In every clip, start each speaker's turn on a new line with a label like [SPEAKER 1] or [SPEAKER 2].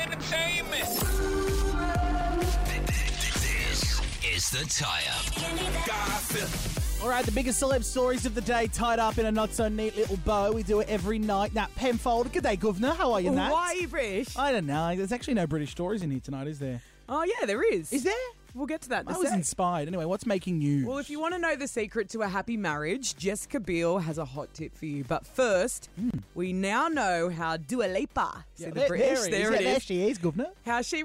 [SPEAKER 1] Sheamus.
[SPEAKER 2] This is the tie up.
[SPEAKER 1] Garfield.
[SPEAKER 3] All right, the biggest celeb stories of the day tied up in a not so neat little bow. We do it every night. Nat Penfold, good day, Governor. How are you, Nat?
[SPEAKER 4] Why are you British?
[SPEAKER 3] I don't know. There's actually no British stories in here tonight, is there?
[SPEAKER 4] Uh, oh yeah, there is.
[SPEAKER 3] Is there?
[SPEAKER 4] We'll get to that. in
[SPEAKER 3] I
[SPEAKER 4] a
[SPEAKER 3] was
[SPEAKER 4] sec.
[SPEAKER 3] inspired. Anyway, what's making news?
[SPEAKER 4] well, if you want to know the secret to a happy marriage, Jessica Biel has a hot tip for you. But first, we now know how Dua Lipa,
[SPEAKER 3] Hmm.
[SPEAKER 4] so
[SPEAKER 3] Yeah,
[SPEAKER 4] the
[SPEAKER 3] there,
[SPEAKER 4] British,
[SPEAKER 3] there, it is.
[SPEAKER 4] there
[SPEAKER 3] Yeah,
[SPEAKER 4] it
[SPEAKER 3] there
[SPEAKER 4] is,
[SPEAKER 3] she is, Governor.
[SPEAKER 4] how she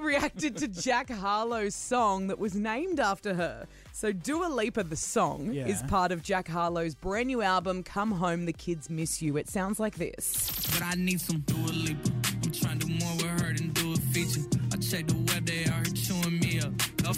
[SPEAKER 4] reacted to Jack Harlow's song that was named after her. So Dua Lipa, the song,
[SPEAKER 3] Yeah.
[SPEAKER 4] is part of Jack Harlow's brand new album, Come Home, The Kids Miss You. It sounds like this.
[SPEAKER 5] But I need some Dua Lipa. I'm trying to do more with her than do a feature. I checked the web, they out here chewing me up. Love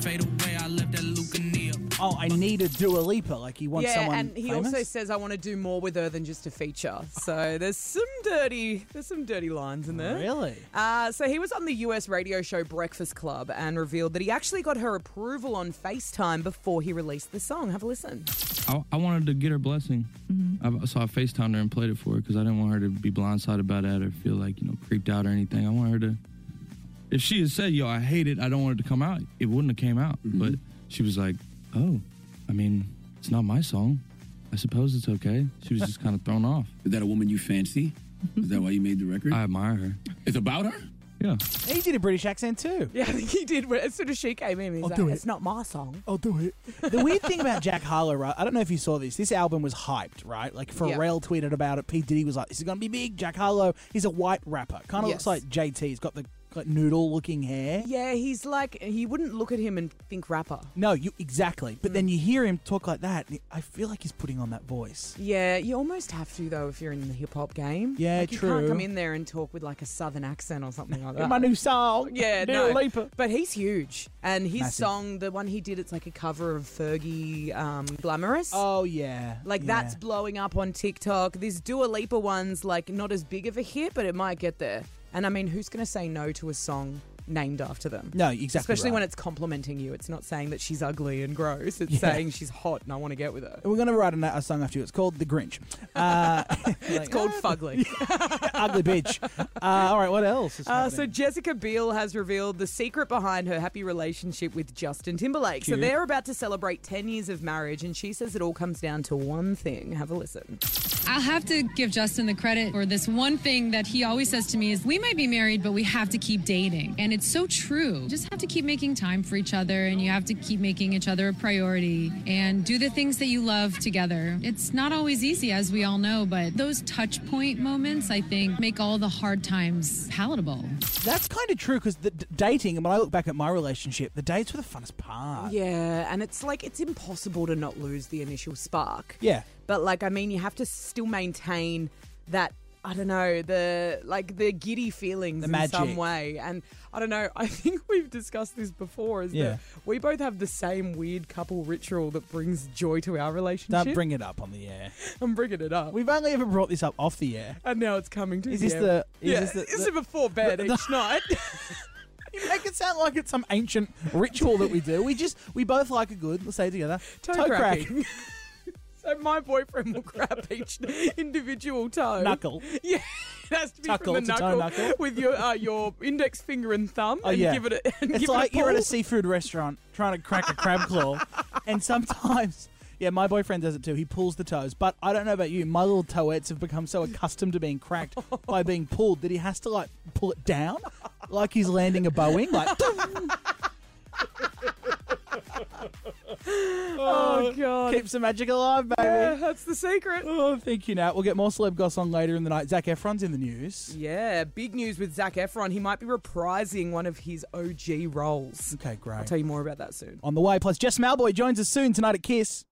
[SPEAKER 5] fade away, I left that Luca Neal.
[SPEAKER 3] Oh, I need a Dua Lipa. Like he wants
[SPEAKER 4] Yeah,
[SPEAKER 3] someone
[SPEAKER 4] and he
[SPEAKER 3] famous?
[SPEAKER 4] also says I want to do more with her than just a feature. So there's some dirty, there's some dirty lines in there.
[SPEAKER 3] Really?
[SPEAKER 4] Uh, so he was on the US radio show Breakfast Club and revealed that he actually got her approval on FaceTime before he released the song. Have a listen.
[SPEAKER 5] I, I wanted to get her blessing. I, so I FaceTimed her and played it for her because I didn't want her to be blindsided about that or feel like, you know, creeped out or anything. I want her to. If she had said, yo, I hate it, I don't want it to come out, it wouldn't have came out. But she was like, oh, I mean, it's not my song. I suppose it's okay. She was just kind of thrown off.
[SPEAKER 6] Is that a woman you fancy? Is that why you made the record?
[SPEAKER 5] I admire her.
[SPEAKER 6] it's about her?
[SPEAKER 5] Yeah.
[SPEAKER 3] he did a British accent too.
[SPEAKER 4] Yeah, I think he did. As soon as she came in, he's
[SPEAKER 3] I'll
[SPEAKER 4] like,
[SPEAKER 3] do it.
[SPEAKER 4] it's not my song.
[SPEAKER 3] I'll do it. The weird thing about Jack Harlow, right? I don't know if you saw this. This album was hyped, right? Like Pharrell tweeted about it. P Diddy was like, "This is gonna be big." Jack Harlow, he's a white rapper, kind of looks
[SPEAKER 4] Yes.
[SPEAKER 3] like JT. He's got the like, noodle-looking hair.
[SPEAKER 4] Yeah, he's like, he wouldn't look at him and think rapper.
[SPEAKER 3] No, you exactly.
[SPEAKER 4] Mm.
[SPEAKER 3] But then you hear him talk like that. and I feel like he's putting on that voice.
[SPEAKER 4] Yeah, you almost have to though if you're in the hip hop game.
[SPEAKER 3] Yeah,
[SPEAKER 4] like, You
[SPEAKER 3] true.
[SPEAKER 4] can't come in there and talk with like a southern accent or something like that.
[SPEAKER 3] My new song,
[SPEAKER 4] Yeah,
[SPEAKER 3] Dua
[SPEAKER 4] no.
[SPEAKER 3] Lipa.
[SPEAKER 4] But he's huge, and his
[SPEAKER 3] Massive.
[SPEAKER 4] song, the one he did, it's like a cover of Fergie, um, "Glamorous."
[SPEAKER 3] Oh yeah,
[SPEAKER 4] like
[SPEAKER 3] yeah.
[SPEAKER 4] that's blowing up on TikTok. This Dua Lipa one's like not as big of a hit, but it might get there. And I mean, who's going to say no to a song named after them?
[SPEAKER 3] no, exactly.
[SPEAKER 4] Especially
[SPEAKER 3] right.
[SPEAKER 4] when it's complimenting you. It's not saying that she's ugly and gross. It's
[SPEAKER 3] Yeah.
[SPEAKER 4] saying she's hot and I want to get with her.
[SPEAKER 3] We're going to write a, a song after you. It's called The Grinch. Uh,
[SPEAKER 4] It's called fugly.
[SPEAKER 3] Ugly Bitch. Uh, all right, what else? Is
[SPEAKER 4] Uh, so
[SPEAKER 3] happening?
[SPEAKER 4] Jessica Biel has revealed the secret behind her happy relationship with Justin Timberlake. So
[SPEAKER 3] Cute.
[SPEAKER 4] they're about to celebrate 10 years of marriage, and she says it all comes down to one thing. Have a listen.
[SPEAKER 7] I'll have to give Justin the credit for this one thing that he always says to me is we might be married, but we have to keep dating. And it's so true. You just have to keep making time for each other and you have to keep making each other a priority and do the things that you love together. It's not always easy, as we all know, but those touch point moments, I think, make all the hard times palatable.
[SPEAKER 3] That's kind of true because the d- dating, and when I look back at my relationship, the dates were the funnest part.
[SPEAKER 4] Yeah, and it's like it's impossible to not lose the initial spark.
[SPEAKER 3] Yeah.
[SPEAKER 4] But, like, I mean, you have to still maintain that. I don't know the like the giddy feelings in some
[SPEAKER 3] magic.
[SPEAKER 4] way, and I don't know. I think we've discussed this before. Is
[SPEAKER 3] Yeah.
[SPEAKER 4] that we both have the same weird couple ritual that brings joy to our relationship.
[SPEAKER 3] Don't bring it up on the air.
[SPEAKER 4] I'm bringing it up.
[SPEAKER 3] We've only ever brought this up off the air.
[SPEAKER 4] and now it's coming to
[SPEAKER 3] Is
[SPEAKER 4] the
[SPEAKER 3] this
[SPEAKER 4] air.
[SPEAKER 3] the- is
[SPEAKER 4] yeah,
[SPEAKER 3] this the-
[SPEAKER 4] is it before bed
[SPEAKER 3] the-
[SPEAKER 4] each night?
[SPEAKER 3] You make it sound like it's some ancient ritual that we do. We just, we both like a good, let's say it together,
[SPEAKER 4] Toe cracking. so my boyfriend will grab each individual toe.
[SPEAKER 3] knuckle.
[SPEAKER 4] Yeah, it has to be
[SPEAKER 3] Tuckle,
[SPEAKER 4] from
[SPEAKER 3] it's a
[SPEAKER 4] the
[SPEAKER 3] toe
[SPEAKER 4] knuckle,
[SPEAKER 3] knuckle.
[SPEAKER 4] with your uh, your index finger and thumb,
[SPEAKER 3] Oh,
[SPEAKER 4] and
[SPEAKER 3] yeah.
[SPEAKER 4] give it a. And
[SPEAKER 3] It's
[SPEAKER 4] give
[SPEAKER 3] like
[SPEAKER 4] it a
[SPEAKER 3] you're at a
[SPEAKER 4] pull.
[SPEAKER 3] seafood restaurant trying to crack a crab claw, and sometimes. Yeah, my boyfriend does it too. He pulls the toes, but I don't know about you. My little toettes have become so accustomed to being cracked by being pulled that he has to like pull it down, like he's landing a Boeing. Like,
[SPEAKER 4] Oh god.
[SPEAKER 3] keeps the magic alive, baby.
[SPEAKER 4] Yeah, that's the secret.
[SPEAKER 3] Oh, thank you, Nat. We'll get more celeb goss on later in the night. Zach Efron's in the news.
[SPEAKER 4] Yeah, big news with Zach Efron. He might be reprising one of his OG roles.
[SPEAKER 3] Okay,
[SPEAKER 4] I'll
[SPEAKER 3] great.
[SPEAKER 4] tell you more about that soon.
[SPEAKER 3] On the way, plus Jess Malboy joins us soon tonight at Kiss.